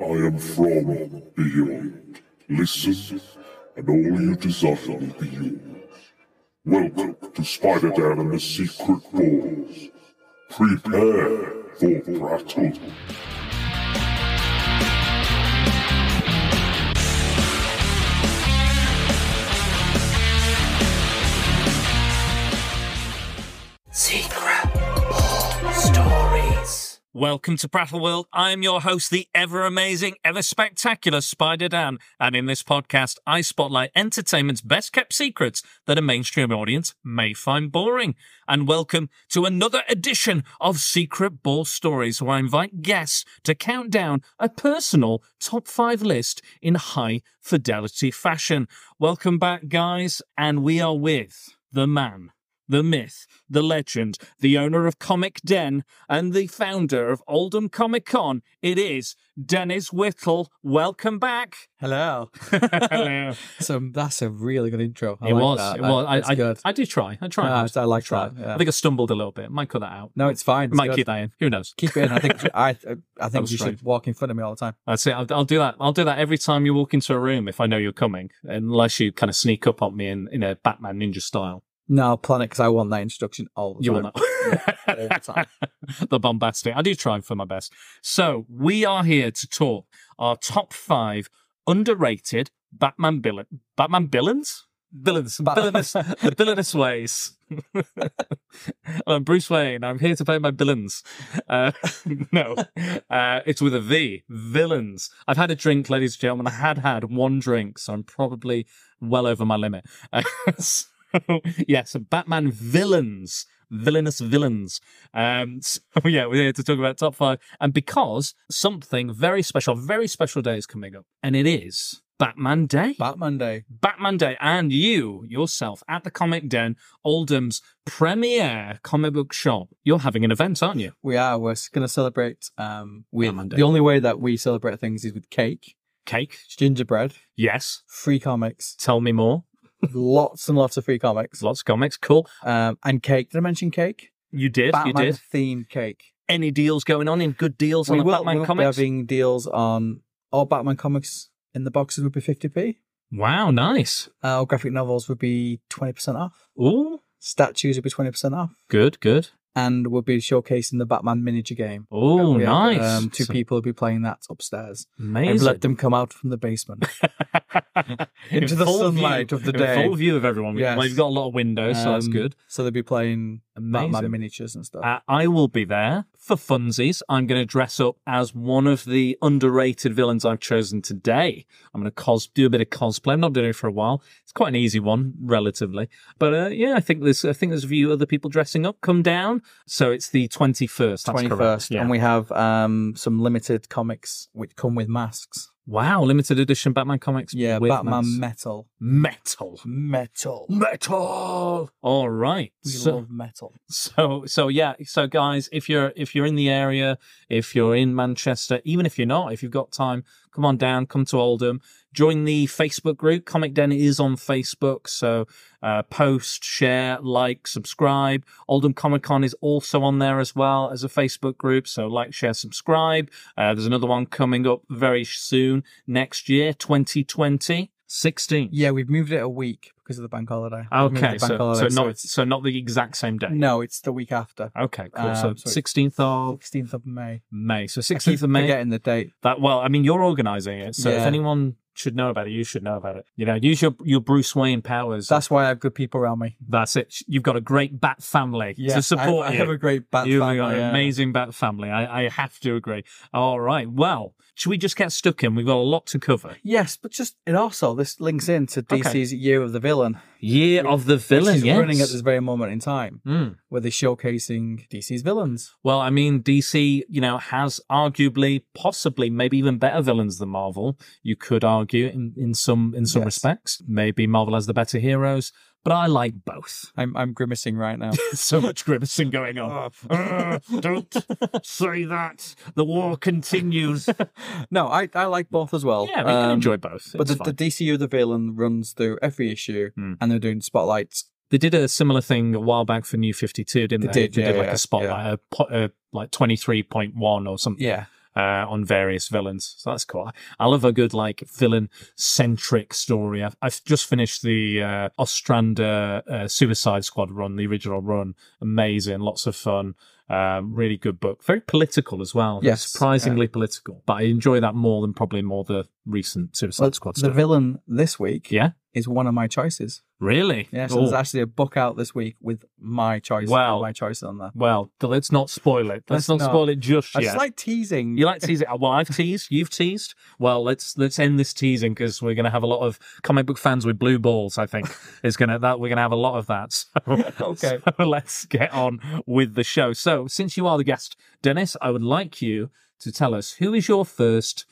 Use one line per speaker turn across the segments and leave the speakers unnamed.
I am from beyond. Listen, and all you desire will be yours. Welcome to Spider-Dan and the Secret Wars. Prepare for battle.
Secret Ball Stories.
Welcome to Prattle World. I am your host, the ever amazing, ever spectacular Spider Dan. And in this podcast, I spotlight entertainment's best kept secrets that a mainstream audience may find boring. And welcome to another edition of Secret Ball Stories, where I invite guests to count down a personal top five list in high fidelity fashion. Welcome back, guys. And we are with the man the myth, the legend, the owner of Comic Den, and the founder of Oldham Comic Con. It is Dennis Whittle. Welcome back.
Hello. so that's a really good intro. I
it
like
was.
That.
It
That-
was.
that's
I,
good.
I, I did try. I tried.
Ah,
hard.
I like
Tried.
that, yeah.
I think I stumbled a little bit. Might cut that out.
no, it's fine. It's
Might
good.
keep that in. Who knows?
Keep it in. I think I, I think
was
you
strange.
should walk in front of me all the time.
That's it. I'll, I'll do that. I'll do that every time you walk into a room if I know you're coming, unless you kind of sneak up on me in, in a Batman ninja style.
No, I'll plan it because I want that instruction all the
You
time.
will not.
all the time.
the bombastic. I do try for my best. So we are here to talk our top five underrated Batman villain, Batman villains, villains,
Bat-
villainous, villainous ways. I'm Bruce Wayne. I'm here to play my villains. Uh, no, uh, it's with a V. Villains. I've had a drink, ladies and gentlemen. I had had one drink, so I'm probably well over my limit. Uh, so, yeah, so Batman villains, villainous villains. Um, so yeah, we're here to talk about top five, and because something very special, very special day is coming up, and it is Batman Day.
Batman Day.
Batman Day, and you yourself at the Comic Den, Oldham's premier comic book shop. You're having an event, aren't you?
We are. We're going to celebrate. Um, with
Batman Day.
the only way that we celebrate things is with cake,
Cake.
gingerbread,
Yes.
free comics,
Tell me more.
lots and lots of free comics,
Lots of comics. Cool.
um, and cake. Did I mention cake?
You did.
Batman
You did.
themed cake.
Any deals going on in good deals on
we
the
will,
Batman
we will
comics?
be having deals on all Batman comics in the boxes would be 50p.
Wow, nice.
Uh, all graphic novels would be 20% off.
Ooh,
Statues would be 20% off.
good, good.
And we'll be showcasing the Batman miniature game.
Oh,
We have,
nice.
Um, two
So-
people will be playing that upstairs. And
Amazing.
let them come out from the basement.
Into
the sunlight of the day.
Full view of everyone.
Yes.
Well, you've got a lot of windows, so that's
Um,
good.
So they'll be playing
Amazing.
Batman miniatures and stuff.
Uh, I will be there for funsies. I'm going to dress up as one of the underrated villains I've chosen today. I'm going to cos do a bit of cosplay. I'm not doing it for a while. It's quite an easy one, relatively. But uh, yeah, I think there's I think there's a few other people dressing up. Come down. So it's the 21st. That's correct.
21st.
Yeah.
And we have um, some limited comics which come with masks.
wow, limited edition Batman comics.
Yeah,
with
Batman
masks.
metal.
metal.
Metal.
Metal. All right.
We
So-
love metal.
So so yeah, so guys, if you're if you're in the area, if you're in Manchester, even if you're not, if you've got time, come on down, come to Oldham, join the Facebook group. Comic Den is on Facebook, so uh, post, share, like, subscribe. Oldham Comic Con is also on there as well as a Facebook group, so like, share, subscribe. Uh, there's another one coming up very soon next year, 2020, 16.
Yeah, we've moved it a week because of the bank holiday. We've moved
Okay,
the bank
so,
holiday,
so not
it's,
so not the exact same day.
no, it's the week after,
Okay, cool.
Um,
so
so-
sixteenth of
16th of May.
May. So
I
sixteenth
keep
of May.
Forgetting the date.
That well, I mean, you're organising it, so if
Yeah.
anyone should know about it, you should know about it. You know, use your your Bruce Wayne powers.
That's why I have good people around me.
That's it. You've got a great bat family
Yeah,
to support
I,
you.
I have a great bat.
You've
family,
got an
yeah.
amazing bat family. I, I have to agree. All right. Well, should we just get stuck in? We've got a lot to cover.
Yes, but just it also this links into
Okay.
DC's Year of the Villain,
Year of the villain.
which is
yes.
running at this very moment in time,
Mm.
where they're showcasing DC's villains.
Well, I mean, DC, you know, has arguably, possibly, maybe even better villains than Marvel. You could argue in, in some in some
Yes.
respects. Maybe Marvel has the better heroes, but I like both.
I'm I'm grimacing right now.
There's so much grimacing going on.
Oh,
Uh, don't say that. The war continues. yeah,
no, I, I like both as well.
we can
Um,
enjoy both.
But
It's
the,
fine.
the DCU of the villain runs through every issue,
Hmm.
and they're doing spotlights
They did a similar thing a while back for New Fifty Two, didn't
They
they?
did,
they
yeah,
did like
yeah,
a spotlight, a po- a, like twenty three point one or something.
Yeah.
uh, on various villains. So that's cool. I love a good like villain centric story. I've, I've just finished the uh, Ostrander uh, Suicide Squad run, the original run. Amazing, lots of fun. Um, really good book. Very political as well.
Yes.
surprisingly political. But I enjoy that more than probably more the recent Suicide
Well,
Squad
the
stuff.
villain this week
yeah,
is one of my choices.
really.
Yeah, so
Oh.
there's actually a book out this week with my choice.
Wow.
my choice on there.
Well, th- let's not spoil it. Let's,
Let's
not,
not.
spoil it just
I
yet.
just like teasing.
You like teasing? Well, I've teased. You've teased. Well, let's let's end this teasing because we're going to have a lot of comic book fans with blue balls. I think is going to that we're going to have a lot of that. So,
Okay.
so let's get on with the show. So, since you are the guest, Dennis, I would like you to tell us who is your first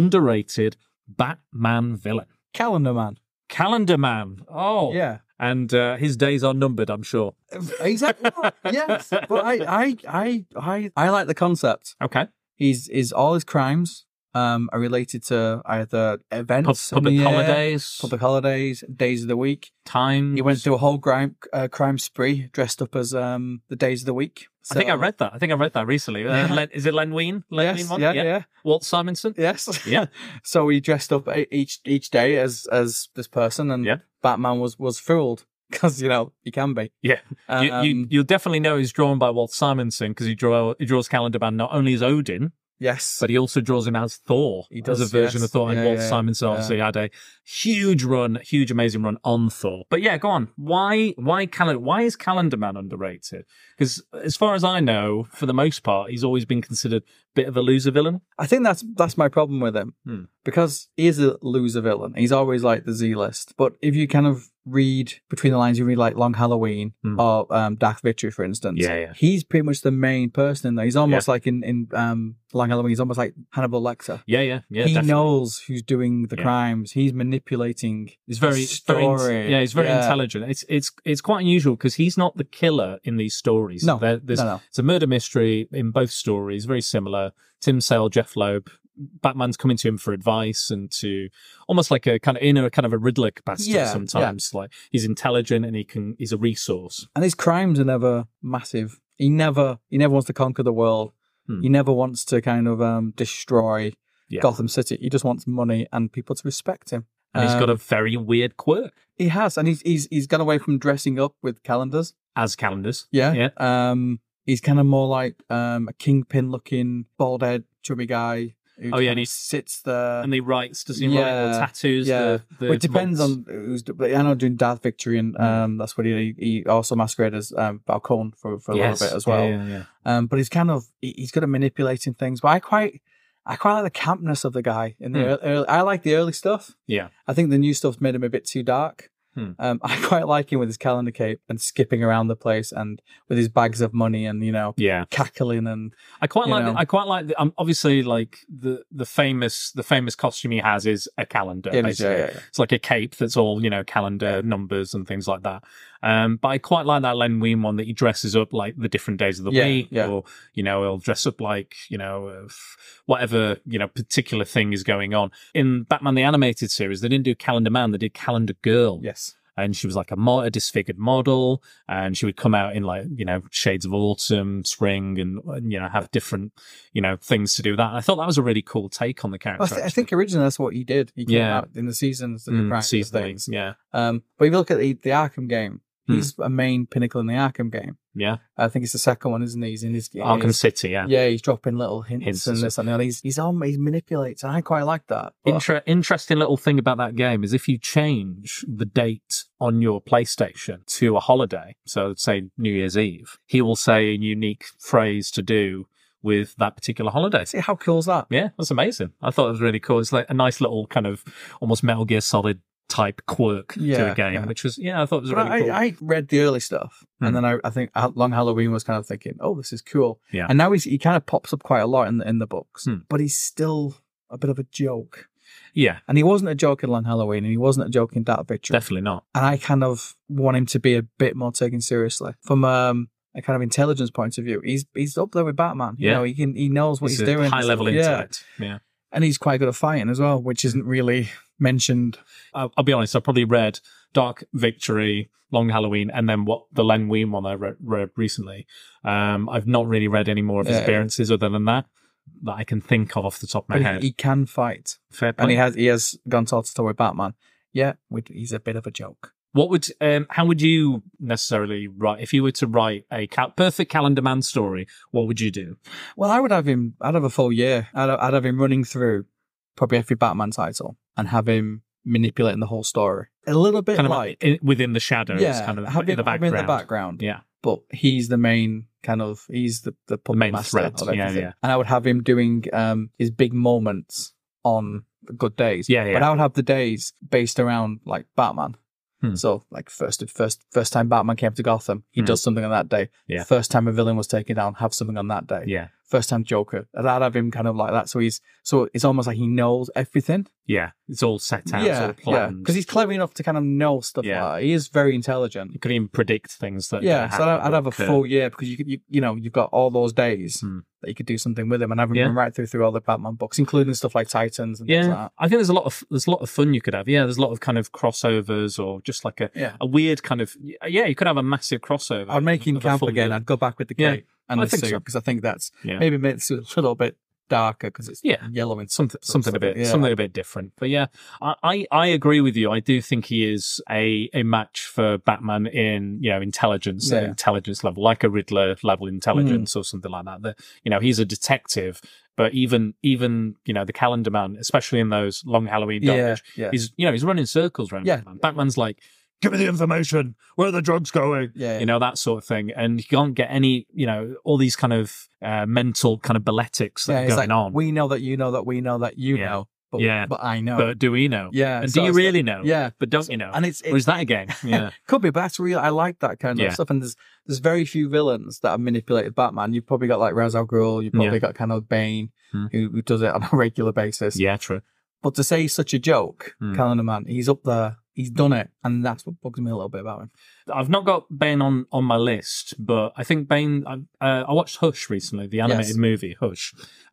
underrated Batman villain.
Calendar Man.
Calendar Man. Oh,
Yeah.
And uh, his days are numbered, I'm sure.
Exactly. yes. But I, I, I, I, I like the concept.
Okay.
He's, is all his crimes um, are related to either
Pub-
events, in the
public
year,
holidays, Mm.
public holidays, days of the week.
times.
He went through a whole crime, uh, crime spree dressed up as um, the days of the week.
I think I
So-
read that. I think I read that recently. Uh,
Yeah.
Len, is it Len Wein? Len
Yes,
Wein
yeah, yeah,
Walt Simonson?
yes.
Yeah.
so he dressed up e- each each day as as this person, and
Yeah.
Batman was was fooled because you know he can be.
Yeah.
Um,
you, you, you'll definitely know he's drawn by Walt Simonson because he, draw, he draws Calendar Man not only as Odin,
yes,
but he also draws him as Thor.
He does,
As a version
yes.
of Thor. and
Yeah,
Walt
yeah,
Simonson
yeah.
obviously had a huge run, huge, amazing run on Thor. But yeah, go on. Why Why Calendar, Why is Calendar Man underrated? Because as far as I know, for the most part, he's always been considered a bit of a loser villain.
I think that's that's my problem with him
Hmm.
because he is a loser villain. He's always like the Z list. But if you kind of read between the lines, you read like Long Halloween
Hmm.
or um, Dark Victory, for instance.
Yeah, yeah.
He's pretty much the main person in there. He's almost like in in um, Long Halloween. He's almost like Hannibal Lecter.
Yeah, yeah, yeah.
he
definitely.
knows who's doing the
Yeah.
crimes. He's manipulating.
He's very, very in-
Story.
yeah, he's very
Yeah.
intelligent. It's it's it's quite unusual because he's not the killer in these stories.
No,
There- there's,
no, no.
it's a murder mystery in both stories, very similar. Tim Sale, Jeff Loeb, Batman's coming to him for advice and to almost like a kind of in a kind of a Riddler capacity
Yeah, yeah.
sometimes. Like he's intelligent and he can he's a resource.
and his crimes are never massive. He never he never wants to conquer the world.
Hmm.
He never wants to kind of um, destroy
Yeah.
Gotham City. He just wants money and people to respect him.
And he's got a
Um,
very weird quirk
He has, and he's he's he's gone away from dressing up with calendars.
as calendars.
Yeah,
Yeah.
Um, he's kind of more like um a kingpin looking bald head chubby guy. Who
Oh, yeah, and
kinda
he-
sits there.
And he writes, does he write
Yeah,
or tattoos?
yeah.
The, the Hmm.
Well, it depends
months?
on who's. do- But I know doing Darth Victory, and um, that's what he he also masqueraded as um, Balcone for, for a
Yes.
little bit as
Yeah,
well.
yeah, yeah.
Um, but he's kind of he- he's good at manipulating things. But I quite I quite like the campness of the guy in the
Hmm.
ear- early, I like the early stuff.
Yeah.
I think the new stuff's made him a bit too dark.
Hmm.
Um, I quite like him with his calendar cape and skipping around the place and with his bags of money and you know
Yeah.
cackling and
I quite
you
like.
know?
The, I quite like. The, um, obviously, like the the famous the famous costume he has is a calendar.
Yeah, it is,
basically.
yeah, yeah, yeah.
It's like a cape that's all you know calendar numbers and things like that. Um, but I quite like that Len Wein one that he dresses up like the different days of the
Yeah,
week,
yeah.
or you know he'll dress up like you know uh, f- whatever you know particular thing is going on. In Batman the animated series, they didn't do Calendar Man; they did Calendar Girl
yes.
and she was like a, mo- a disfigured model and she would come out in like you know shades of autumn spring and, and, you know have different you know things to do with that and i thought that was a really cool take on the character
Well, I, thi- I
actually.
think originally that's what he did. He came
Yeah.
out in the seasons that
Mm,
he
seasonally,
practiced things.
yeah
Um, but if you look at the, the Arkham game,
Hmm.
he's a main pinnacle in the Arkham game.
yeah
I think it's the second one, isn't he? He's in his game.
arkham city yeah,
Yeah, he's dropping little hints,
Hints and
and this and that. He's he's on he manipulates, and I quite like that. But
Inter- interesting little thing about that game is if you change the date on your PlayStation to a holiday, so say New Year's Eve, he will say a unique phrase to do with that particular holiday.
see how cool is that?
Yeah, that's amazing. I thought it was really cool. It's like a nice little kind of almost Metal Gear Solid type quirk to
Yeah,
a game,
yeah.
which was yeah, I thought it was
But
really
I,
cool.
I read the early stuff,
Hmm.
and then I, I think Ha- Long Halloween was kind of thinking, oh, this is cool.
Yeah.
And now he's, he kind of pops up quite a lot in the, in the books,
Hmm.
but he's still a bit of a joke.
yeah,
And he wasn't a joke in Long Halloween, and he wasn't a joke in Dark Victory.
definitely not.
and I kind of want him to be a bit more taken seriously from um, a kind of intelligence point of view. He's he's up there with Batman. You
Yeah.
know, he can he knows what
It's
he's,
a
doing.
high level
yeah.
intellect. Yeah,
and he's quite good at fighting as well, which isn't really mentioned.
I'll, I'll be honest. I probably read Dark Victory, Long Halloween, and then what the Len Wein one I re- read recently. Um, I've not really read any more of his
Yeah.
appearances other than that. that I can think of off the top of my
But
head.
he, he can fight,
Fair
and
point.
he has he has gone toe to toe with Batman. Yeah, we, he's a bit of a joke.
what would um how would you necessarily write if you were to write a cal- perfect calendar man story? What would you do?
Well, I would have him. I'd have a full year. I'd, I'd have him running through probably every Batman title and have him manipulating the whole story a little bit
Kind of
like
in, within the shadows, kind of
have
in the
him- have him
background.
in the background.
Yeah.
but he's the main kind of he's the the puppet
main
master
thread,
of
yeah,
everything.
yeah.
And I would have him doing um his big moments on good days.
Yeah, yeah.
But I would have the days based around like Batman.
Hmm.
So like first first first time Batman came to Gotham, he
Hmm.
does something on that day.
Yeah.
First time a villain was taken down, have something on that day.
Yeah.
First time Joker. And I'd have him kind of like that. So he's so it's almost like he knows everything.
Yeah. It's all set out, it's all planned.
Because he's clever enough to kind of know stuff
Yeah.
like that. He is very intelligent.
you could even predict things that are
Yeah,
gonna
so I'd,
happen
I'd have
or
a
occur.
full year because you could, you, you know, you've got all those days
Hmm.
that you could do something with them, and I've been
Yeah.
right through through all the Batman books, including stuff like Titans and things
Yeah,
like
I think there's a lot of there's a lot of fun you could have. Yeah, there's a lot of kind of crossovers or just like a,
that. Yeah,
a weird kind of yeah. You could have a massive crossover.
I'd make him
of a
camp
full
again.
year.
I'd go back with the
Yeah,
cape and
I
the
think
suit
so.
because I think that's
Yeah.
maybe makes it a little bit darker because it's
Yeah.
yellow and
something something a bit
Yeah.
something a bit different. But yeah, I, I I agree with you. I do think he is a a match for Batman in you know intelligence
Yeah. Hmm.
intelligence level, like a Riddler level intelligence or something like that. That you know he's a detective, but even even you know the Calendar Man, especially in those long Halloween
yeah,
dark
yeah,
he's you know he's running circles around
Yeah.
Batman. Batman's like, give me the information. Where are the drugs going?
yeah,
you know that sort of thing and you can't get any you know all these kind of uh, mental kind of baletics that
yeah.
are
It's
going
like
on
we know that you know that we know that you
Yeah.
know, but
Yeah.
but I know,
but do we know
yeah.
and
so
do you
it's like-
really know
Yeah,
but don't you know
and it's it,
or is that a game yeah
Could be, but that's real. I like that kind
Yeah.
of stuff. And there's there's very few villains that have manipulated Batman. You've probably got like Ra's al Ghul. You've probably
Yeah.
got kind of Bane,
Hmm.
who, who does it on a regular basis.
yeah true
But to say he's such a joke,
Hmm.
Calendar Man, he's up there. He's done it, and that's what bugs me a little bit about him.
I've not got Bane on, on my list, but I think Bane. I, uh, I watched Hush recently, the animated
Yes.
movie Hush,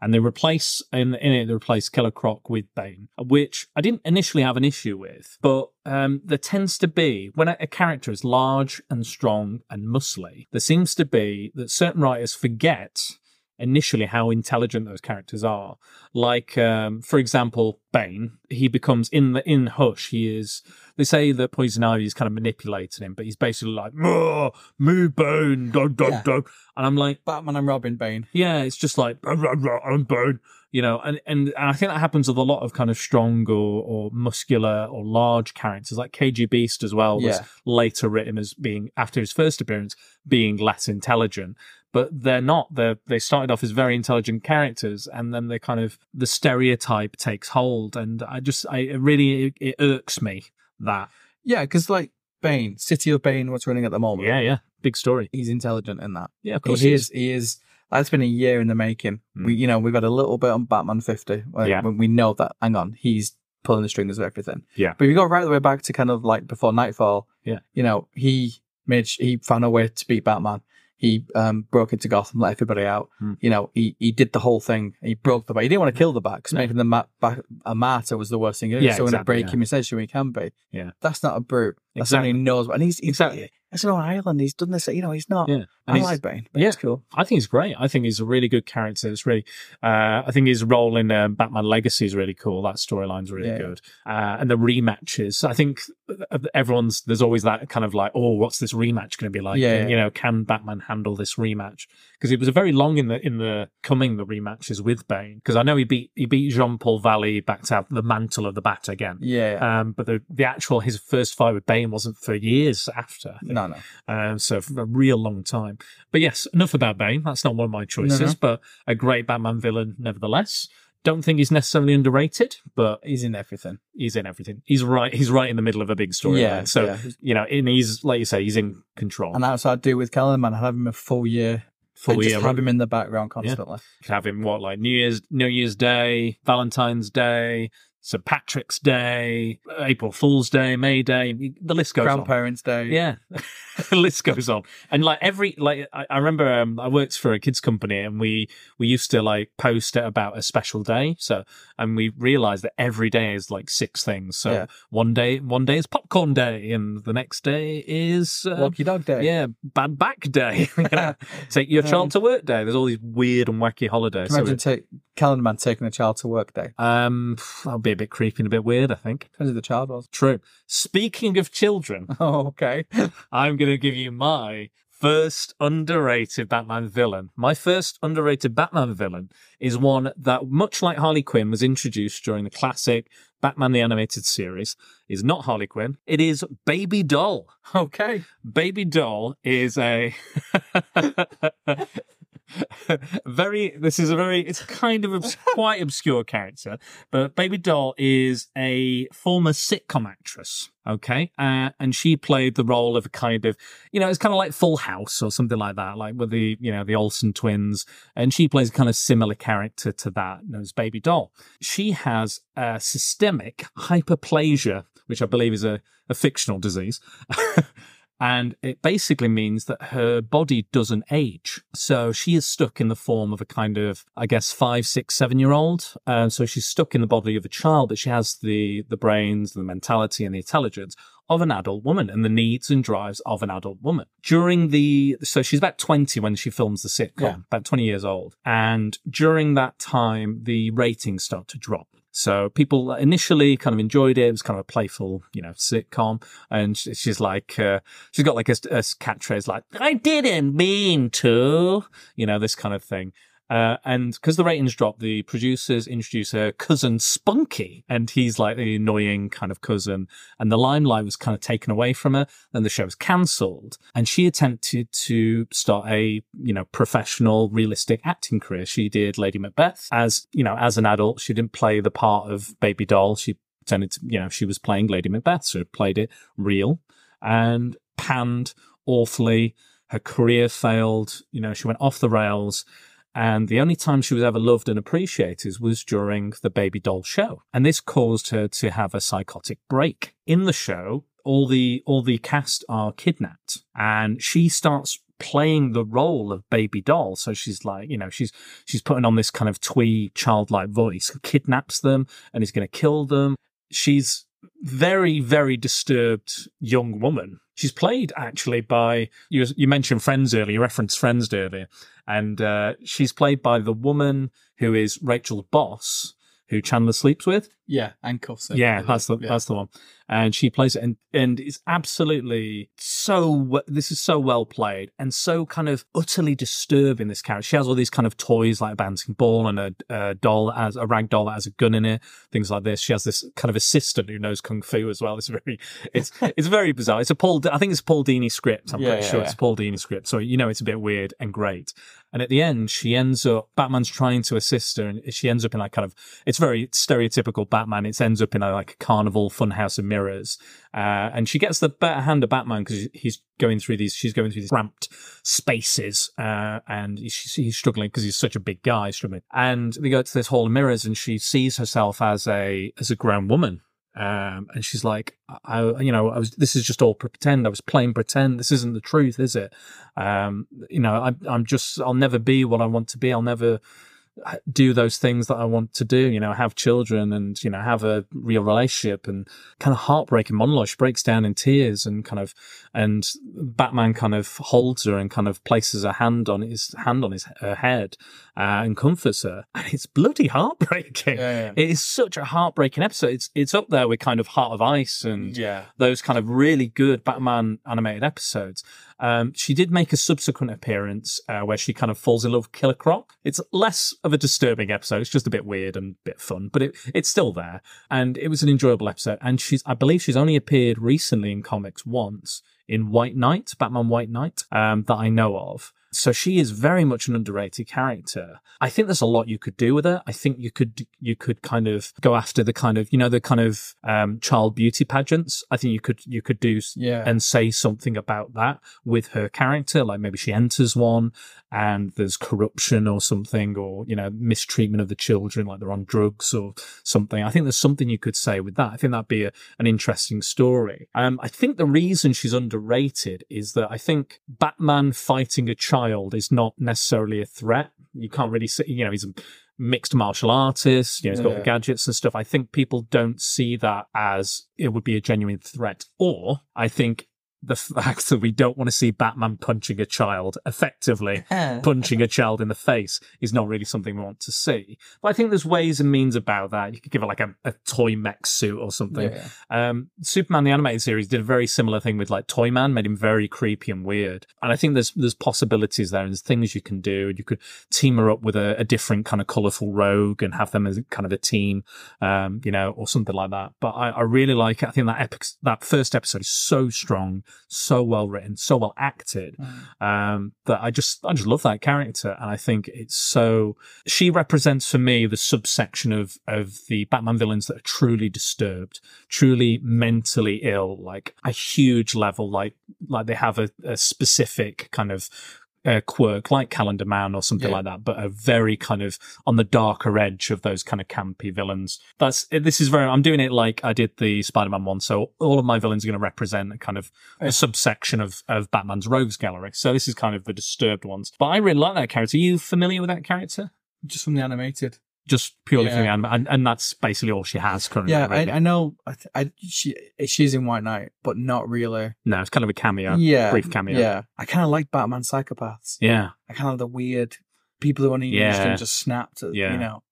and they replace in, in it they replace Killer Croc with Bane, which I didn't initially have an issue with, but um, there tends to be when a, a character is large and strong and muscly, there seems to be that certain writers forget initially how intelligent those characters are. Like, um, for example, Bane, he becomes in the in Hush. He is. They say that Poison Ivy is kind of manipulating him, but he's basically like, "Moo, moo, Bane, dog, dog,
Yeah.
dog," and I'm like.
Batman and Robin, Bane.
Yeah, it's just like "Rah, rah, rah, I'm bone, you know, and, and and I think that happens with a lot of kind of strong or, or muscular or large characters, like KG Beast as well was
Yeah.
later written as being after his first appearance being less intelligent, but they're not. They they started off as very intelligent characters, and then they kind of the stereotype takes hold, and I just I it really it, it irks me that
Yeah, because like Bane, City of Bane, what's running at the moment.
yeah yeah big story
he's intelligent in that.
yeah of
He
course
is, He is. That's been a year in the making.
Hmm.
We, you know, we've had a little bit on Batman Fifty. Like,
Yeah.
When we know that, hang on, he's pulling the strings of everything.
Yeah.
But if you go right the way back to kind of like before Nightfall.
Yeah.
You know, he made sh- he found a way to beat Batman. He um, broke into Gotham, let everybody out.
Hmm.
You know, he he did the whole thing. He broke the back. He didn't want to kill the back because
No.
making the ma- back a martyr was the worst thing. to do.
Yeah,
so when to
exactly,
break
yeah.
him, essentially, he can be.
Yeah.
That's not a brute. That's someone who
Exactly.
knows. And he's, he's
Exactly.
That's on Ireland. He's done this. You know, he's not.
Yeah. And
I
he's-
like Bane.
Yeah.
Bane's cool.
I think he's great. I think he's a really good character. It's really, uh, I think his role in um, Batman Legacy is really cool. That storyline's really
Yeah.
good, uh, and the rematches. I think uh, everyone's there's always that kind of like, oh, what's this rematch going to be like?
Yeah.
And, you know, can Batman handle this rematch? Because it was very long in the in the coming the rematches with Bane. Because I know he beat he beat Jean Paul Valley back to have the mantle of the Bat again.
Yeah.
Um, but the, the actual his first fight with Bane wasn't for years after. I think.
no, no.
Um, so for a real long time. But yes, enough about Bane. That's not one of my choices,
No, no.
but a great Batman villain nevertheless. Don't think he's necessarily underrated, but
He's in everything.
he's in everything. He's right. He's right in the middle of a big storyline.
yeah.
so
yeah.
you know, and he's like you say, he's in control.
And that's what I'd do with Calendar Man. I'd have him a full year.
Oh. Full
and
year,
Just have him in the background constantly.
could have him what like New Year's New Year's Day, Valentine's Day, St. Patrick's Day, April Fool's Day, May Day. The list goes on.
Grandparents' Day.
Yeah, the list goes on, and like every like I, I remember um, I worked for a kids company, and we we used to like post it about a special day. So and we realized that every day is like six things. So
Yeah.
one day one day is popcorn day, and the next day is uh,
Lucky Dog Day.
yeah bad back day. you know? Take your child to work day. There's all these weird and wacky holidays.
Can
So
you imagine take, Calendar Man taking a child to work day.
um, that'll be a bit creepy and a bit weird. I think.
Depends who the child was.
True. Speaking of children.
Oh, okay.
I'm going to give you my first underrated Batman villain. My first underrated Batman villain is one that, much like Harley Quinn, was introduced during the classic Batman the Animated Series. Is not Harley Quinn. It is Baby Doll.
okay.
Baby Doll is a. very this is a very it's kind of obs- quite obscure character but baby doll is a former sitcom actress okay uh, and she played the role of a kind of you know it's kind of like full house or something like that like with the you know the olsen twins and she plays a kind of similar character to that known as baby doll she has a systemic hyperplasia which i believe is a, a fictional disease And it basically means that her body doesn't age. So she is stuck in the form of a kind of, I guess, five, six, seven year old. Um, so she's stuck in the body of a child, but she has the, the brains, the mentality, and the intelligence of an adult woman and the needs and drives of an adult woman. During the, so she's about 20 when she films the sitcom,
Yeah.
about 20 years old. And during that time, the ratings start to drop. So people initially kind of enjoyed it. It was kind of a playful, you know, sitcom. And she- she's like, uh, she's got like a, a catchphrase like, I didn't mean to, you know, this kind of thing. Uh, and because the ratings dropped, the producers introduce her cousin Spunky, and he's like the annoying kind of cousin. And the limelight was kind of taken away from her. Then the show was cancelled, and she attempted to start a you know professional, realistic acting career. She did Lady Macbeth as you know as an adult. She didn't play the part of Baby Doll. She pretended to you know she was playing Lady Macbeth, so played it real and panned awfully. Her career failed. You know, she went off the rails. And the only time she was ever loved and appreciated was during the Baby Doll show. And this caused her to have a psychotic break. In the show, all the all the cast are kidnapped and she starts playing the role of baby doll so she's like you know she's she's putting on this kind of twee childlike voice kidnaps them and is going to kill them she's very very disturbed young woman she's played actually by you you mentioned friends earlier you referenced friends earlier and uh, she's played by the woman who is Rachel's boss who Chandler sleeps with
Yeah, and cuffs. it.
yeah, that's the
Yeah.
that's the one. And she plays it, and and it's absolutely so. w- This is so well played and so kind of utterly disturbing. This character, she has all these kind of toys like a bouncing ball and a, a doll that has a rag doll that has a gun in it, things like this. She has this kind of assistant who knows kung fu as well. It's very, it's it's very bizarre. It's a Paul. I think it's a Paul Dini script. I'm
Yeah,
pretty
yeah,
sure
yeah.
it's a Paul Dini script. So you know it's a bit weird and great. And at the end, she ends up. Batman's trying to assist her, and she ends up in like kind of. It's very stereotypical Batman. It ends up in a, like a carnival funhouse of mirrors, uh, and she gets the better hand of Batman because he's going through these. She's going through these ramped spaces, uh, and she's, he's struggling because he's such a big guy, he's struggling. And they go to this hall of mirrors, and she sees herself as a as a grown woman. Um, and she's like, I, I- you know, I was, this is just all pretend. I was playing pretend. This isn't the truth, is it? Um, you know, I, I'm just, I'll never be what I want to be. I'll never uh, do those things that I want to do, you know, have children and, you know, have a real relationship and kind of heartbreaking monologue. She breaks down in tears and kind of, and Batman kind of holds her and kind of places a hand on his hand on his her head uh, and comforts her. And it's bloody heartbreaking.
Yeah,
It is such a heartbreaking episode. It's, it's up there with kind of Heart of Ice and
Yeah.
those kind of really good Batman animated episodes. Um, she did make a subsequent appearance uh, where she kind of falls in love with Killer Croc. It's less of a disturbing episode. It's just a bit weird and a bit fun, but it, it's still there. And it was an enjoyable episode. And she's, I believe she's only appeared recently in comics once in White Knight, Batman White Knight, um, that I know of. So she is very much an underrated character. I think there's a lot you could do with her. I think you could you could kind of go after the kind of you know the kind of um, child beauty pageants. I think you could you could do s-
Yeah.
and say something about that with her character. Like maybe she enters one and there's corruption or something, or you know mistreatment of the children, like they're on drugs or something. I think there's something you could say with that. I think that'd be a, an interesting story. Um, I think the reason she's underrated is that I think Batman fighting a child is not necessarily a threat. You can't really see, you know, he's a mixed martial artist, you know, he's got the
Yeah.
gadgets and stuff. I think people don't see that as it would be a genuine threat. Or I think the fact that we don't want to see Batman punching a child effectively punching a child in the face is not really something we want to see. But I think there's ways and means about that. You could give it like a, a toy mech suit or something.
Yeah.
Um, Superman the animated series did a very similar thing with like Toyman, made him very creepy and weird. And I think there's there's possibilities there and there's things you can do. You could team her up with a, a different kind of colourful rogue and have them as kind of a team, um, you know, or something like that. But I, I really like it. I think that epic, that first episode is so strong, so well written, so well acted
Mm.
um, that I just I just love that character, and I think it's so she represents for me the subsection of of the Batman villains that are truly disturbed, truly mentally ill, like a huge level, like like they have a, a specific kind of. Uh, quirk like Calendar Man or something
Yeah.
like that, but are very kind of on the darker edge of those kind of campy villains. That's this is very. I'm doing it like I did the Spider-Man one, so all of my villains are going to represent a kind of a subsection of, of Batman's Rogues Gallery. So this is kind of the disturbed ones. But I really like that character. Are you familiar with that character?
Just from the animated.
Just purely
Yeah.
from the anime, and, and that's basically all she has currently.
Yeah,
really.
I, I know. I, th- I she she's in White Knight, but not really.
no, it's kind of a cameo,
yeah,
brief cameo.
Yeah, I kind of like Batman psychopaths.
yeah,
I kind of the weird people who are unhinged
Yeah.
and just snapped. At,
Yeah.
you know.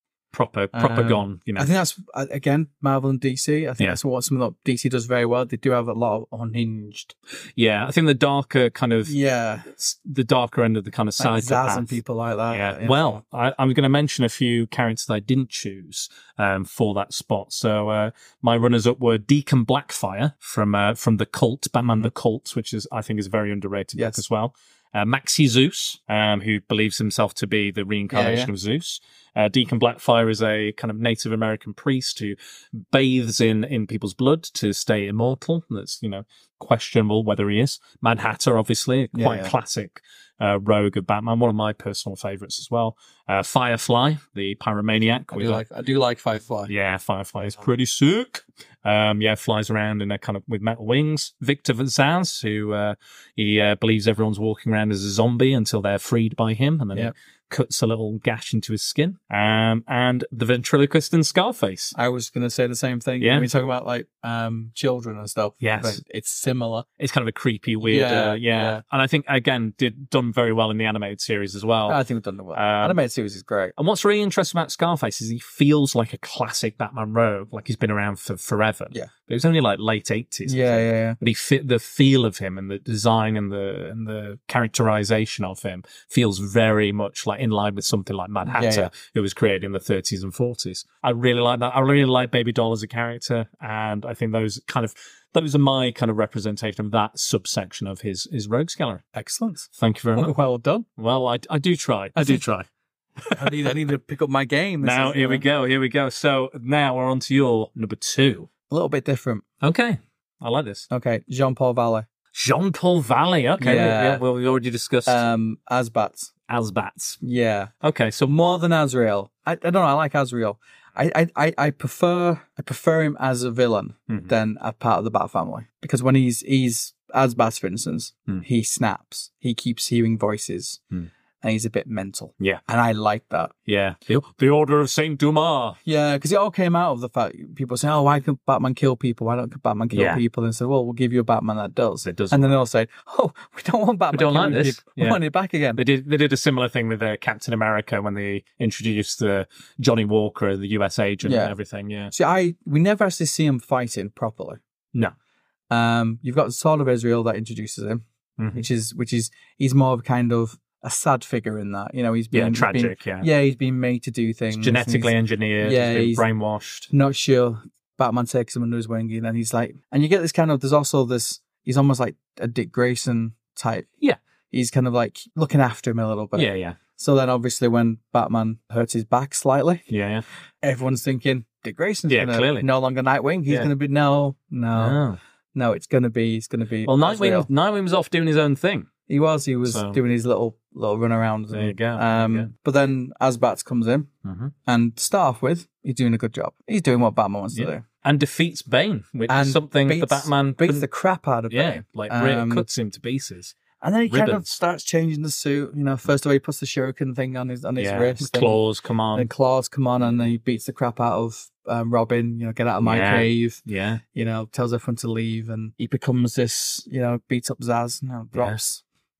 proper, proper
Um,
gone. You know,
I think that's uh, again Marvel and DC. I think
Yeah.
that's what some of the DC does very well. They do have a lot of unhinged.
yeah, I think the darker kind of
Yeah,
s- the darker end of the kind of
like
side
Zaz and people like that.
yeah.
you know.
Well, I, I'm going to mention a few characters that I didn't choose um, for that spot. So uh, my runners up were Deacon Blackfire from uh, from the Cult, Batman the Cult, which is I think is a very underrated book
Yes.
as well. Uh, Maxi Zeus, um, who believes himself to be the reincarnation
Yeah, yeah.
of Zeus. Uh, Deacon Blackfire is a kind of Native American priest who bathes in in people's blood to stay immortal. That's you know questionable whether he is. Mad Hatter, obviously,
Yeah,
quite
yeah.
classic uh, rogue of Batman, one of my personal favorites as well. Uh, Firefly, the pyromaniac.
I
with
do
a-
like I do like Firefly.
yeah, Firefly is pretty sick. Um, yeah, flies around in a kind of with metal wings. Victor Zaz, who uh, he uh, believes everyone's walking around as a zombie until they're freed by him, and then
Yep.
he cuts a little gash into his skin. Um, and the ventriloquist in Scarface.
I was gonna say the same thing.
Yeah.
when we talk about like um children and stuff.
Yes.
but it's similar.
It's kind of a creepy, weird,
Yeah,
uh, yeah.
yeah.
And I think again did done very well in the animated series as well.
I think we've done the well.
Um,
Animated series is great.
And what's really interesting about Scarface is he feels like a classic Batman rogue, like he's been around for forever.
Yeah.
But it was only like late eighties.
Yeah, yeah, yeah.
But he fit the feel of him and the design and the and the characterization of him feels very much like in line with something like Mad Hatter,
Yeah, yeah.
who was created in the 30s and 40s. I really like that. I really like Baby Doll as a character, and I think those kind of those are my kind of representation of that subsection of his his rogues gallery.
Excellent.
Thank you very
Well,
much.
well done.
Well, I, I do try. I do try.
I need, I need to pick up my game. This
now
is,
here we
uh,
go here we go so now we're on to your number two
A little bit different.
okay i like this
Okay, Jean Paul Valley
jean-paul valley okay yeah,
Yeah.
well we already discussed
um, Asbat.
asbats
Yeah,
okay so
more than Azrael. I, I don't know. I like Azrael. I, I, I, I prefer I prefer him as a villain
Mhm.
than a part of the Bat family because when he's he's Asbat, for instance,
Mm.
he snaps. He keeps hearing voices,
Mm.
and he's a bit mental.
Yeah.
and I like that.
yeah the, the order of saint dumas
Yeah, because it all came out of the fact people say, "Oh, why can Batman kill people? Why don't Batman kill
Yeah.
people?" And said, "Well, we'll give you a Batman that does."
That does.
And then they'll say, "Oh, we don't want Batman.
don't like
killing
this."
people. We
Yeah.
want it back again."
they did they did a similar thing with uh, captain america when they introduced the johnny walker the us agent
Yeah.
and everything yeah
See, I we never actually see him fighting properly.
No.
Um, you've got the Sword of Israel that introduces him,
Mhm.
which is which is he's more of kind of a sad figure in that. You know, he's
yeah
been he's been-
tragic yeah,
yeah, he's been made to do things
It's
and
genetically
he's
engineered
Yeah,
yeah, been
he's-
brainwashed
Not sure. Batman takes him under his wing, and then he's like, and you get this kind of. There's also this. He's almost like a Dick Grayson type.
Yeah.
he's kind of like looking after him a little bit.
yeah, yeah,
So then obviously when Batman hurts his back slightly,
yeah, yeah.
everyone's thinking Dick Grayson's
Yeah,
gonna
clearly.
no longer Nightwing. He's
Yeah.
gonna be no, no,
Oh.
no. It's gonna be. It's gonna be.
Well,
Azrael.
Nightwing, Nightwing was off doing his own thing.
He was. He was
So-
doing his little little run around.
There you go.
Um,
Yeah.
But then Asbats comes in,
Mm-hmm.
and to start off with, he's doing a good job. He's doing what Batman wants
Yeah.
to do.
And defeats Bane, which
And
is something the
beats-
Batman
Beats
couldn't-
the crap out of
yeah,
Bane.
like really
Um,
cuts him to pieces.
And then he kind of
Ribbons.
starts changing the suit. You know, first of all, he puts the shuriken thing on his on his
yeah,
wrist. and-
claws come on.
And claws come on, and then he beats the crap out of um, Robin. You know, get out of my
Yeah.
cave.
yeah,
You know, tells everyone to leave, and he becomes this. You know, beats up Zaz. You know, drops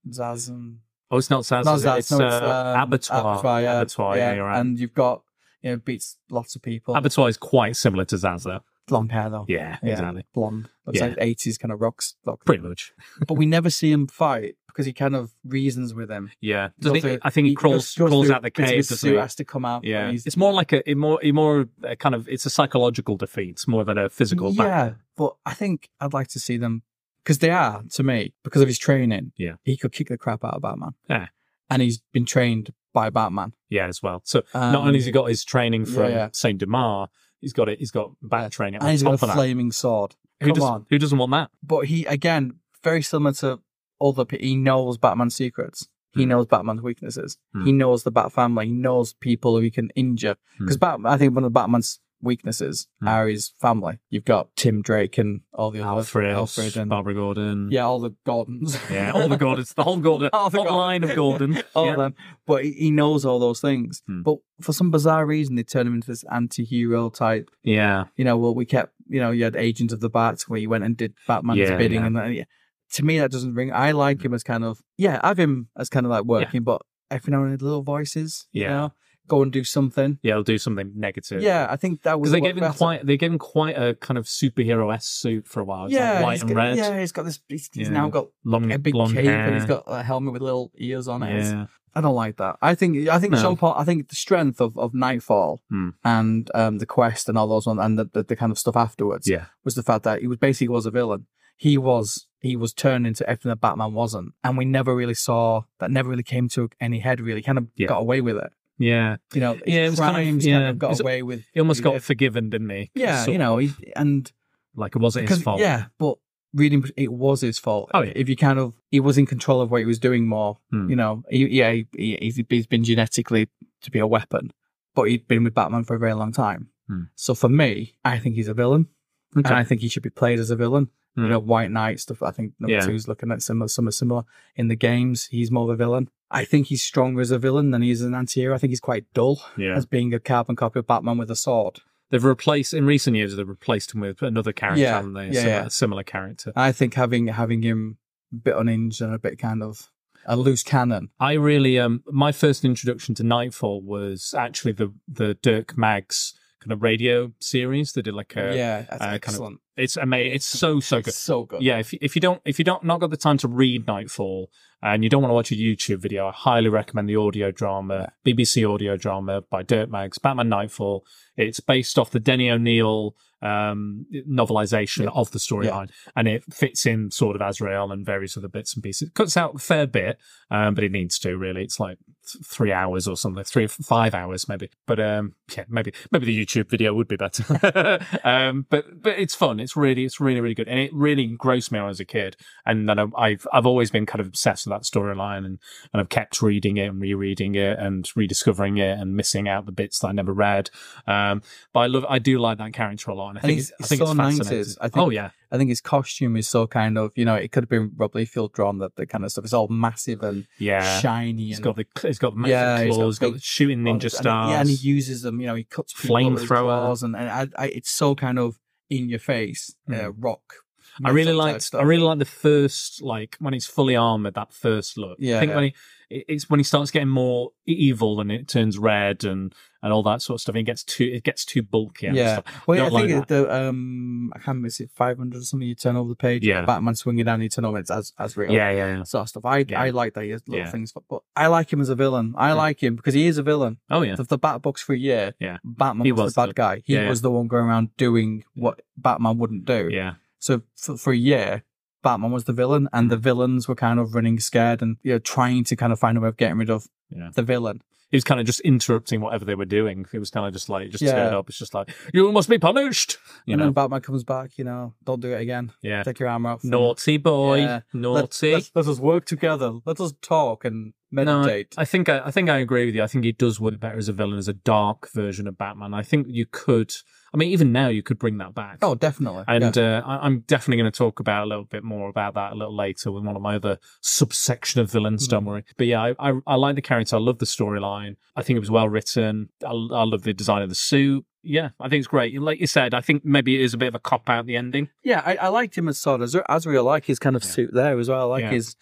Zaz and
oh, it's not Saz.
not
is it?
Zaz.
it's,
no,
uh,
it's um,
abattoir.
Abattoir. Yeah,
abattoir. Yeah, you're right.
And you've got you know beats lots of people.
abattoir is quite similar to Zaz, though.
Blonde hair though.
Yeah, exactly.
Blonde. Looks
Yeah.
like eighties kind of rocks. Rock.
Pretty much.
but we never see him fight because he kind of reasons with him.
Yeah, Doesn't
Goes
he-
through-
I think he crawls
goes- goes
crawls
through
out the
bits of
cave.
His
Doesn't
suit
he?
has to come out.
Yeah,
and he's-
it's more like a it more it more a kind of it's a psychological defeat It's more than a physical.
Yeah,
battle.
but I think I'd like to see them because they are to me because of his training.
Yeah.
he could kick the crap out of Batman.
Yeah.
and he's been trained by Batman.
yeah, as well. So
Um,
not only has he got his training from
yeah, yeah.
Saint Demar, he's got it. He's got bat training on
and he's
top
got a
of that.
flaming sword.
who
Come
does,
on.
who doesn't want that?
but he again very similar to other people. He knows Batman's secrets. He
Hmm.
knows Batman's weaknesses.
Hmm.
He knows the Bat family. He knows people who he can injure. Because Batman, I think one of Batman's weaknesses
Hmm.
are his family. You've got Tim Drake and all the other
Alfred,
Alfred and
Barbara Gordon.
yeah, all the Gordons.
yeah, all the Gordons, the whole Gordon,
All the
whole
Gordon.
line of Gordon.
all
yeah.
of them. Oh, But he- he knows all those things.
Hmm.
But for some bizarre reason, they turn him into this anti-hero type
yeah,
you know, well, we kept, you know, you had Agents of the Bats where you went and did Batman's
Yeah,
bidding,
yeah. Hmm.
and that, yeah. to me that doesn't ring. I like him as kind of yeah, I have him as kind of like working, but every now and then little voices, you
Yeah.
know, go and do something.
yeah, they'll do something negative.
Yeah, I think that was
because they
what-
gave him
that's-
quite they gave him quite a kind of superhero s suit for a while. It's like
Yeah, he's
white and
got-
red,
yeah, he's got this. He's, he's
Yeah.
now got
long
a big
blonde
cape,
hair.
and he's got a helmet with little ears on it.
yeah,
I don't like that. I think I think
No.
Sean Paul. I think the strength of, of Nightfall
Hmm.
and um, the quest and all those ones and the, the, the kind of stuff afterwards.
yeah,
was the fact that he was basically was a villain. He was he was turned into everything that Batman wasn't, and we never really saw that. Never really came to any head. Really, kind of
Yeah.
got away with it.
yeah.
You know, his
Yeah, it was kind of-
crimes kind of,
yeah,
got
it was-
away with.
He almost got
Yeah.
forgiven, didn't he?
Yeah,
Sort
you
of,
know, he, and
like it wasn't his
because
fault.
yeah, but reading it was his fault.
Oh, yeah.
If you kind of he was in control of what he was doing more.
Hmm.
You know, he, yeah, he, he, he's- he's been genetically to be a weapon, but he'd been with Batman for a very long time.
Hmm.
So for me, I think he's a villain.
Okay.
and I think he should be played as a villain.
Mm.
You know, White Knight stuff. I think number
Yeah.
two's looking at similar, some are similar in the games. He's more of a villain. I think he's stronger as a villain than he is as an anti-hero. I think he's quite dull
yeah.
as being a carbon copy of Batman with a sword.
They've replaced in recent years. They've replaced him with another character,
Yeah,
haven't they?
yeah,
Sim-
yeah.
A similar character.
I think having having him a bit unhinged and a bit kind of a loose cannon.
I really, um, my first introduction to Nightfall was actually the the Dirk Maggs kind of radio series. They did like a,
yeah, that's
uh, kind of-
excellent.
it's amazing. It's so so good.
It's so good.
Yeah, if if you don't if you don't not got the time to read Nightfall and you don't want to watch a YouTube video, I highly recommend the audio drama, BBC audio drama by Dirk Maggs, Batman Nightfall. It's based off the Denny O'Neill um, novelization of the storyline, and it fits in sort of Azrael and various other bits and pieces. It cuts out a fair bit, um, but it needs to really. It's like th- three hours or something, three or f- five hours maybe. But um, yeah, maybe maybe the YouTube video would be better. um, but but it's fun. It's really it's really really good, and it really engrossed me when I was a kid. And then I, I've I've always been kind of obsessed with that storyline, and and I've kept reading it and rereading it and rediscovering it and missing out the bits that I never read. Um, but I love I do like that character a lot, and I
And
think
he's-
I think
he's
it's
so
fascinating.
90s. I think-
oh yeah,
I think his costume is so kind of you know it could have been Rob Liefeld drawn that the kind of stuff. It's all massive and
yeah.
shiny.
He's
and
got the he's got massive
Yeah, he's got
claws, he's got,
big-
the shooting ninja
And he-
stars.
yeah, and he uses them. You know, he cuts people with his
Flamethrower.
claws and, and I, I, it's so kind of in your face uh,
Mm.
rock.
I really
metal type
liked. I
stuff.
really like the first, like when he's fully armored. That first look. I
Yeah,
think
yeah.
when he, it- it's when he starts getting more e-, evil and it turns red and and all that sort of stuff. It gets too. It gets too bulky. And
Yeah.
Stuff.
Well,
Don't
I think
like
it, the um, I can't remember is it five hundred or something. You turn over the page.
Yeah.
Batman swinging down. You turn over. It's as as real.
Yeah. Yeah. yeah.
Sort of stuff. I
Yeah.
I like that. He has little
Yeah.
things, but, but I like him as a villain. I
Yeah.
like him because he is a villain.
Oh yeah.
The, the Bat books for a year.
Yeah.
Batman
He
was,
was
the bad
the-
guy. He
yeah, yeah.
was the one going around doing what Batman wouldn't do.
Yeah.
So for, for a year, Batman was the villain, and
Mm.
the villains were kind of running scared and you know trying to kind of find a way of getting rid of
Yeah.
the villain.
He was kind of just interrupting whatever they were doing. It was kind of just like, just
Yeah.
turn up. It's just like, you must be punished. You
and
know,
then Batman comes back, you know, don't do it again.
yeah.
Take your armor off.
Naughty boy,
Yeah. Let,
naughty.
let, let us work together. Let us talk and
No,
meditate.
I think I, I think I agree with you. I think he does work better as a villain, as a dark version of Batman. I think you could. I mean, even now you could bring that back.
oh, definitely.
And uh, I, I'm definitely going to talk about a little bit more about that a little later with one of my other subsection of villains.
Hmm.
Don't worry. But yeah, I, I, I like the character. I love the storyline. I think it was well written. I, I love the design of the suit. Yeah, I think it's great. Like you said, I think maybe it is a bit of a cop out the ending.
Yeah, I, I liked him as sort of as we like his kind of suit there as well. I like
Yeah.
his,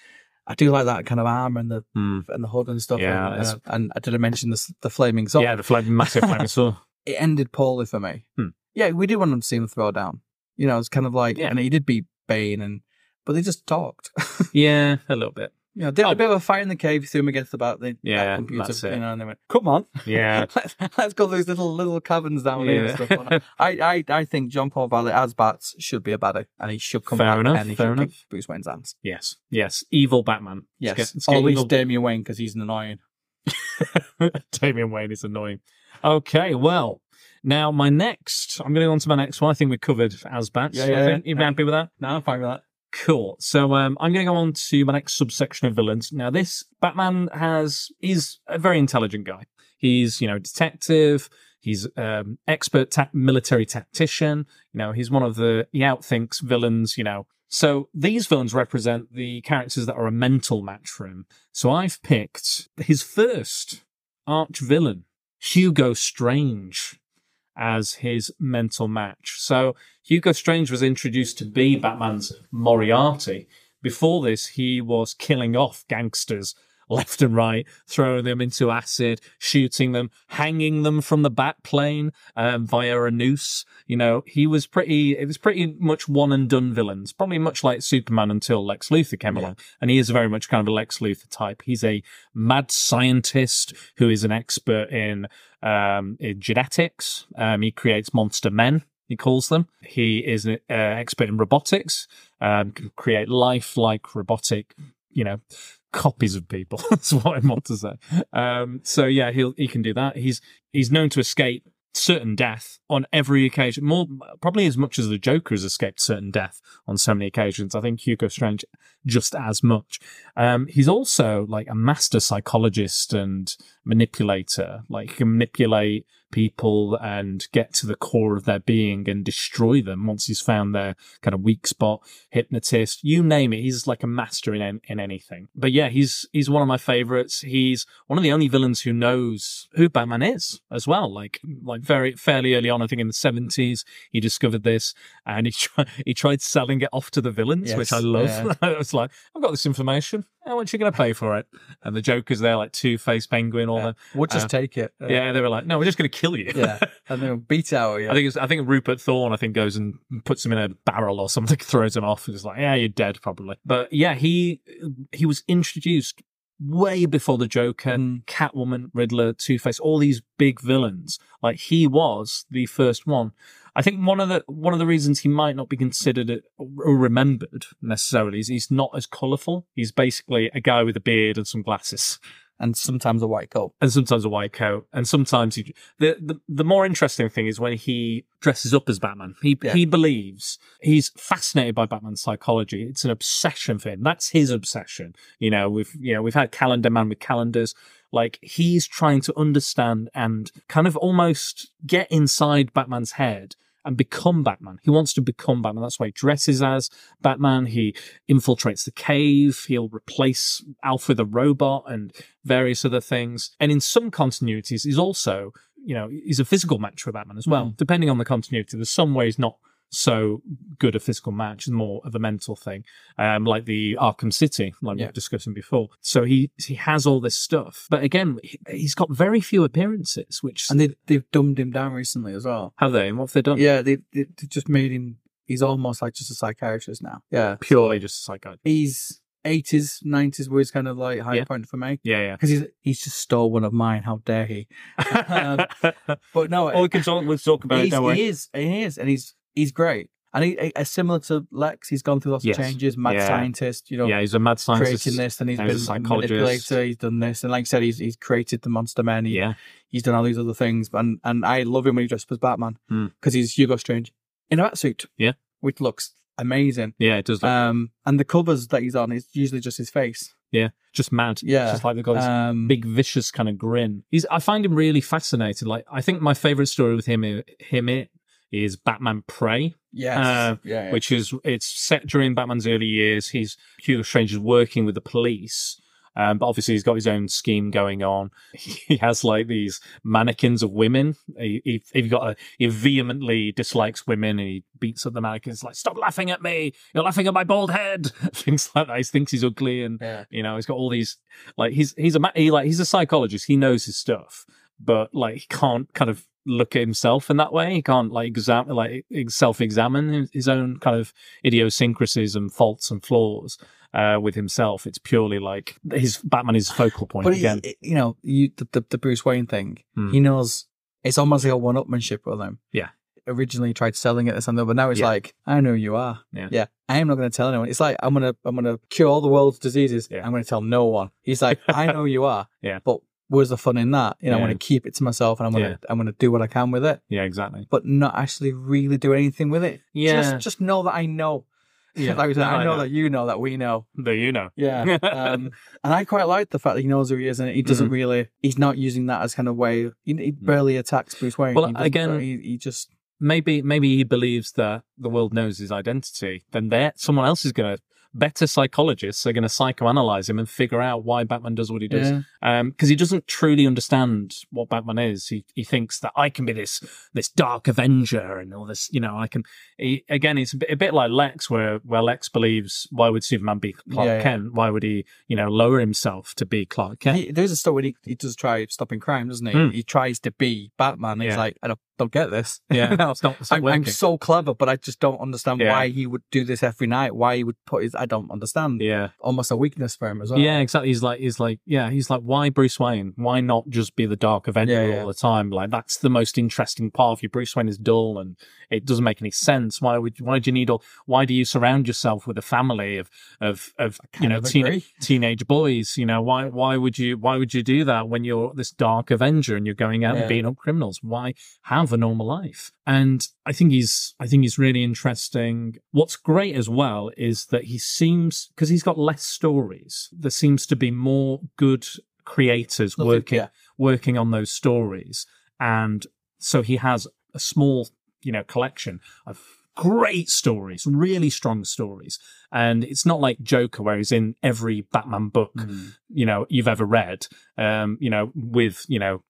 I do like that kind of armor and the
Mm.
and the hood and stuff.
Yeah,
and,
that's-
uh, and I didn't mention the s- the flaming sword.
yeah, the flaming, massive flaming sword.
it ended poorly for me.
Hmm.
Yeah, we did want to see him throw down. You know, it's kind of like,
Yeah.
and he did beat Bane, and but they just talked.
Yeah, a little bit.
you know, did
Oh.
a bit of a fight in the cave, threw him against the bat, the
Yeah,
that computer,
that's it.
you know, and they went, "Come on,
Yeah.
let's, let's go those little little caverns down here."
Yeah.
And stuff. like that. I, I I think John Paul Valley as Bats should be a baddie, and he should come
Fair
back
enough,
and he
fair
should
enough.
kick Bruce Wayne's ass.
Yes. Yes. Evil Batman.
Yes,
Let's get- let's
or
get
at least
evil-
Damian Wayne because he's an annoying.
Damian Wayne is annoying. Okay, well, now my next. I'm going on to my next one. I think we covered Asbats.
Yeah, yeah,
I think.
yeah.
You happy with that?
No, I'm fine with that.
Cool. So um, I'm going to go on to my next subsection of villains. Now, this Batman has is a very intelligent guy. He's you know a detective. He's um, expert ta- military tactician. You know, he's one of the he outthinks villains. You know, so these villains represent the characters that are a mental match for him. So I've picked his first arch villain, Hugo Strange, as his mental match. So Hugo Strange was introduced to be Batman's Moriarty. Before this, he was killing off gangsters left and right, throwing them into acid, shooting them, hanging them from the bat plane um, via a noose. You know, he was pretty, it was pretty much one and done villains, probably much like Superman until Lex Luthor came along. And he is very much kind of a Lex Luthor type. He's a mad scientist who is an expert in, um, in genetics. Um, he creates monster men. He calls them. He is an uh, expert in robotics, um, can create life-like robotic, you know, copies of people. That's what I want to say. Um, so yeah, he will he can do that. He's he's known to escape certain death on every occasion, more probably as much as the Joker has escaped certain death on so many occasions. I think Hugo Strange just as much. Um, he's also like a master psychologist and manipulator. Like he can manipulate people and get to the core of their being and destroy them once he's found their kind of weak spot hypnotist you name it he's like a master in an- in anything but yeah he's he's one of my favorites he's one of the only villains who knows who batman is as well like like very fairly early on i think in the 70s he discovered this and he tried, he tried selling it off to the villains
Yes,
which i love
yeah.
i was like i've got this information how much are you going to pay for it and the joker's there like two-faced penguin all
Yeah.
the
We'll just
Uh,
take it. Uh,
yeah they were like no we're just going to kill you
yeah, and then beat it out. of you.
I think it's, I think Rupert Thorne I think goes and puts him in a barrel or something, throws him off, and is like, yeah, you're dead probably. But yeah, he he was introduced way before the Joker,
Mm.
Catwoman, Riddler, Two Face, all these big villains. Like he was the first one. I think one of the one of the reasons he might not be considered a- or remembered necessarily is he's not as colourful. He's basically a guy with a beard and some glasses
and sometimes a white coat.
and sometimes a white coat, and sometimes he. The the, the more interesting thing is when he dresses up as Batman. He
Yeah.
he believes he's fascinated by Batman's psychology. It's an obsession for him. That's his obsession. You know, we've you know we've had Calendar Man with calendars. Like he's trying to understand and kind of almost get inside Batman's head and become Batman. He wants to become Batman. That's why he dresses as Batman. He infiltrates the cave. He'll replace Alfred the robot and various other things. And in some continuities, he's also, you know, he's a physical match for Batman as well.
Hmm.
Depending on the continuity, there's some ways not so good a physical match and more of a mental thing, um, like the Arkham City, like we
Yeah.
were discussing before. So he he has all this stuff, but again, he- he's got very few appearances. Which
And they they've dumbed him down recently as well.
have they? And what have they done?
Yeah, they, they they just made him. He's almost like just a psychiatrist now. Yeah,
purely just psycho.
he's eighties, nineties was kind of like high
Yeah.
point for me
Yeah, yeah.
because he's he's just stole one of mine. How dare he? Um, But no,
Or we can talk. Let's talk about it.
he's,
Don't worry.
he is, he is, and he's he's great. And he, he- he's similar to Lex, he's gone through lots
Yes.
of changes, mad
Yeah.
scientist, you know,
yeah, he's a mad scientist.
creating this, and he's
now
been
he's a
a
psychologist.
manipulator, he's done this, and like I said, he's he's created the Monster Men, he,
Yeah,
he's done all these other things, and and I love him when he dresses up as Batman
Hmm.
because he's Hugo Strange in a batsuit,
Yeah.
which looks amazing.
yeah, it does look
Um, and the covers that he's on is usually just his face.
just mad.
Yeah.
just like the guys.
Um,
big vicious kind of grin. He's I find him really fascinated. Like I think my favorite story with him i- him i- is Batman Prey,
yes,
uh,
yeah, yeah.
which is it's set during Batman's early years. He's Hugo Strange is working with the police. Um, but obviously, he's got his own scheme going on. He has like these mannequins of women. He, he, he got a, he vehemently dislikes women, and he beats up the mannequins like, "Stop laughing at me! You're laughing at my bald head!" Things like that. He thinks he's ugly, and
yeah.
you know, he's got all these like he's he's a ma- he, like he's a psychologist. He knows his stuff, but like he can't kind of look at himself in that way. He can't like exam like self examine his, his own kind of idiosyncrasies and faults and flaws uh, with himself. It's purely like his Batman is focal point
But he,
again.
he- you know, you the, the, the Bruce Wayne thing.
Hmm.
He knows it's almost like a one-upmanship with him.
Yeah.
Originally tried selling it this and that, but now it's
Yeah.
like, I know who you are.
Yeah.
yeah. I am not going to tell anyone. It's like I'm gonna I'm gonna cure all the world's diseases.
Yeah.
I'm going to tell no one. He's like, I know who you are.
Yeah.
But where's the fun in that? You know, I'm
Yeah.
going to keep it to myself, and I'm gonna I'm gonna do what I can with it,
yeah, exactly.
but not actually really do anything with it.
Yeah,
Just just know that I know.
yeah.
Like we said,
No,
I know that you know that we know.
There you know.
Yeah. Um, and I quite like the fact that he knows who he is and he
Mm.
doesn't really, he's not using that as kind of way. He, he barely attacks Bruce Wayne.
Well,
He doesn't-
again-
he, he just,
maybe maybe he believes that the world knows his identity. Then there, someone else is going to better psychologists are going to psychoanalyze him and figure out why Batman does what he does.
Yeah.
Um, because he doesn't truly understand what Batman is. He he thinks that I can be this this dark Avenger and all this. You know, I can. He, again, it's a bit, a bit like Lex, where where Lex believes why would Superman be Clark
Yeah, yeah.
Kent? Why would he you know lower himself to be Clark Kent?
he, there's a story where he, he does try stopping crime, doesn't he?
Hmm.
He tries to be Batman. He's
Yeah.
like, I don't, don't get this.
yeah,
You know?
it's not, it's not
I'm, I'm
working.
so clever, but I just don't understand
Yeah.
why he would do this every night. Why he would put his, I don't understand.
yeah.
Almost a weakness for him as well.
Yeah, exactly. He's like, he's like, yeah, he's like, why Bruce Wayne? Why not just be the Dark Avenger
Yeah, yeah.
all the time? Like that's the most interesting part of you. Bruce Wayne is dull and it doesn't make any sense. Why would why do you need all? Why do you surround yourself with a family of of of you
Kind
know
of
teen,
agree.
teenage boys? You know why why would you why would you do that when you're this Dark Avenger and you're going out
Yeah.
and beating up criminals? Why have a normal life? And I think he's I think he's really interesting. What's great as well is that he seems because he's got less stories. There seems to be more good creators
Nothing-
working
yeah.
working on those stories, and so he has a small you know collection of great stories, really strong stories. And it's not like Joker where he's in every Batman book you know you've ever read um you know with you know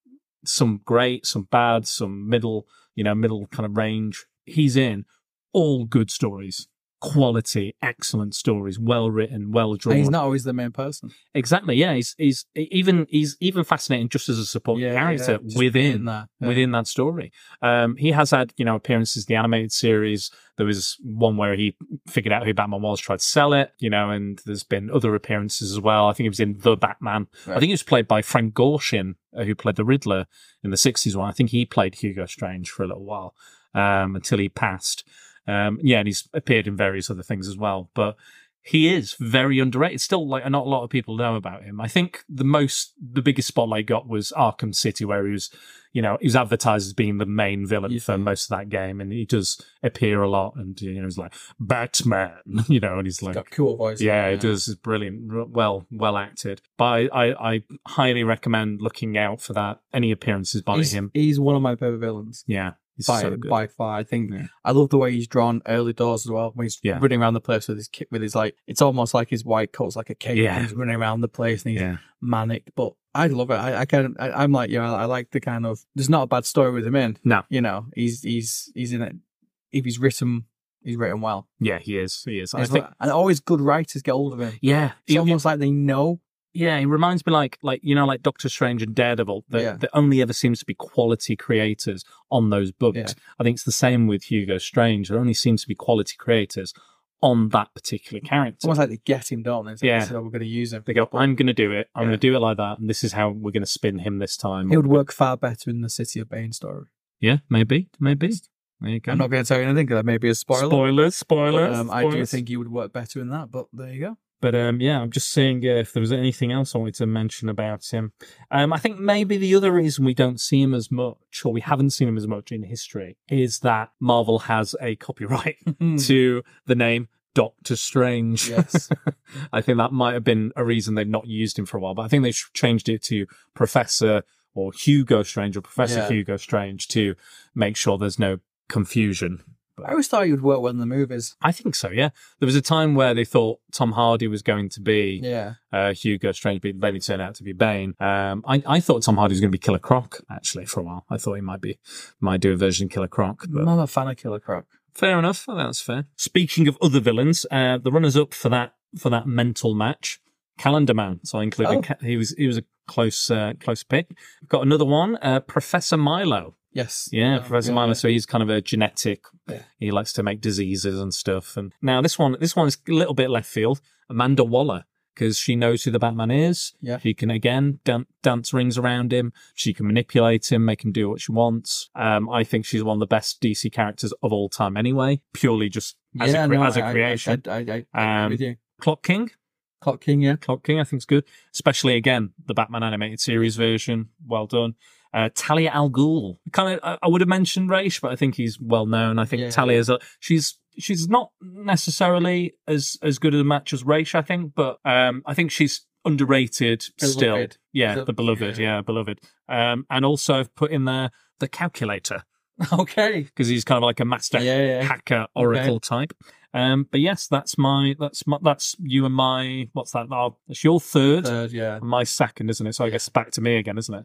some great some bad some middle you know middle kind of range he's in all good stories quality excellent stories well written well
And
drawn
he's not always the main person.
exactly yeah he's he's e-, even he's even fascinating just as a support character
yeah, just
within
that.
within that story. Um, he has had, you know, appearances in the animated series. There was one where he figured out who Batman was, tried to sell it, you know, and there's been other appearances as well. I think he was in The Batman. I think he was played by Frank Gorshin, uh, who played the Riddler in the 60s one. I think he played Hugo Strange for a little while um, until he passed. Um, yeah, and he's appeared in various other things as well. But he is very underrated. Still, like not a lot of people know about him. I think the most, the biggest spotlight he got was Arkham City, where he was, you know, he was advertised as being the main villain
Yeah.
for most of that game, and he does appear a lot. And you know, he's like Batman, you know, and he's like,
Got cool voice.
yeah, it does. It's brilliant. R- Well, well acted. But I, I, I highly recommend looking out for that. Any appearances by
He's,
him.
he's one of my favorite villains.
Yeah. He's
by,
so good.
by far. I think
Yeah.
I love the way he's drawn early doors as well. When he's
Yeah.
running around the place with his kit, with his like, it's almost like his white coat's like a cape.
Yeah.
and He's running around the place and he's
yeah.
manic. But I love it. I, I kind of, I, I'm like, yeah, I like the kind of. There's not a bad story with him in.
No.
you know, he's he's he's in it. If he's written, he's written well.
Yeah, he is. He is. I
It's
think.
like- and always good writers get hold of him.
Yeah.
It's
He- he-
almost like they know.
Yeah, he reminds me like like you know like Doctor Strange and Daredevil. That
Yeah.
that only ever seems to be quality creators on those books.
Yeah.
I think it's the same with Hugo Strange. There only seems to be quality creators on that particular
It's
character.
almost like they get him, don't they? It's like,
Yeah.
this is how we're going to use him.
They go, I'm going to do it. I'm
Yeah.
going to do it like that, and this is how we're going to spin him this time.
It would work far better in the City of Bane story.
Yeah, maybe, maybe. There you go.
I'm not going to tell you anything because that may be a spoiler.
spoilers, spoilers.
Um, I do
spoilers.
think he would work better in that, but there you go.
But um, yeah, I'm just seeing uh, if there was anything else I wanted to mention about him. Um, I think maybe the other reason we don't see him as much, or we haven't seen him as much in history, is that Marvel has a copyright to the name Doctor Strange.
Hmm. yes.
I think that might have been a reason they've not used him for a while, but I think they've changed it to Professor or Hugo Strange or Professor
Yeah.
Hugo Strange to make sure there's no confusion.
I always thought he would work well in the movies.
I think so, yeah. There was a time where they thought Tom Hardy was going to be
Yeah.
uh, Hugo Strange, but then he turned out to be Bane. Um, I, I thought Tom Hardy was going to be Killer Croc, actually, for a while. I thought he might be, might do a version of Killer Croc. But...
I'm not a fan of Killer Croc.
Fair enough. I think that's fair. Speaking of other villains, uh, the runners-up for that for that mental match, Calendar Man. So I included
Oh.
Ca- he was he was a close uh, close pick. We've got another one, uh, Professor Milo.
Yes. Oh,
Yeah, Professor
yeah,
Milo.
yeah.
So he's kind of a genetic.
Yeah.
He likes to make diseases and stuff. And now this one this one's a little bit left field. Amanda Waller. Because she knows who the Batman is.
Yeah.
She can again dan- dance rings around him. She can manipulate him, make him do what she wants. Um, I think she's one of the best DC characters of all time, anyway. Purely just as,
yeah,
a, cre-
no,
as a
I- I-
creation.
I, I, I, I agree
Um,
with you.
Clock King,
Clock King, yeah.
Clock King, I think is good. Especially again the Batman animated series version. Well done. Uh, Talia Al Ghul, kind of. I, I would have mentioned Raish, but I think he's well known. I think
Yeah.
Talia's a she's. She's not necessarily as as good at a match as Raish, I think, but um, I think she's underrated still.
Beloved.
Yeah,
The-
the beloved. Yeah, beloved. Um, and also I've put in there the calculator
Okay.
because he's kind of like a master
Yeah, yeah.
hacker oracle type. Um, but yes, that's my that's my that's you and my what's that? Our, that's your third,
Third, yeah.
and my second, isn't it? So I guess back to me again, isn't it?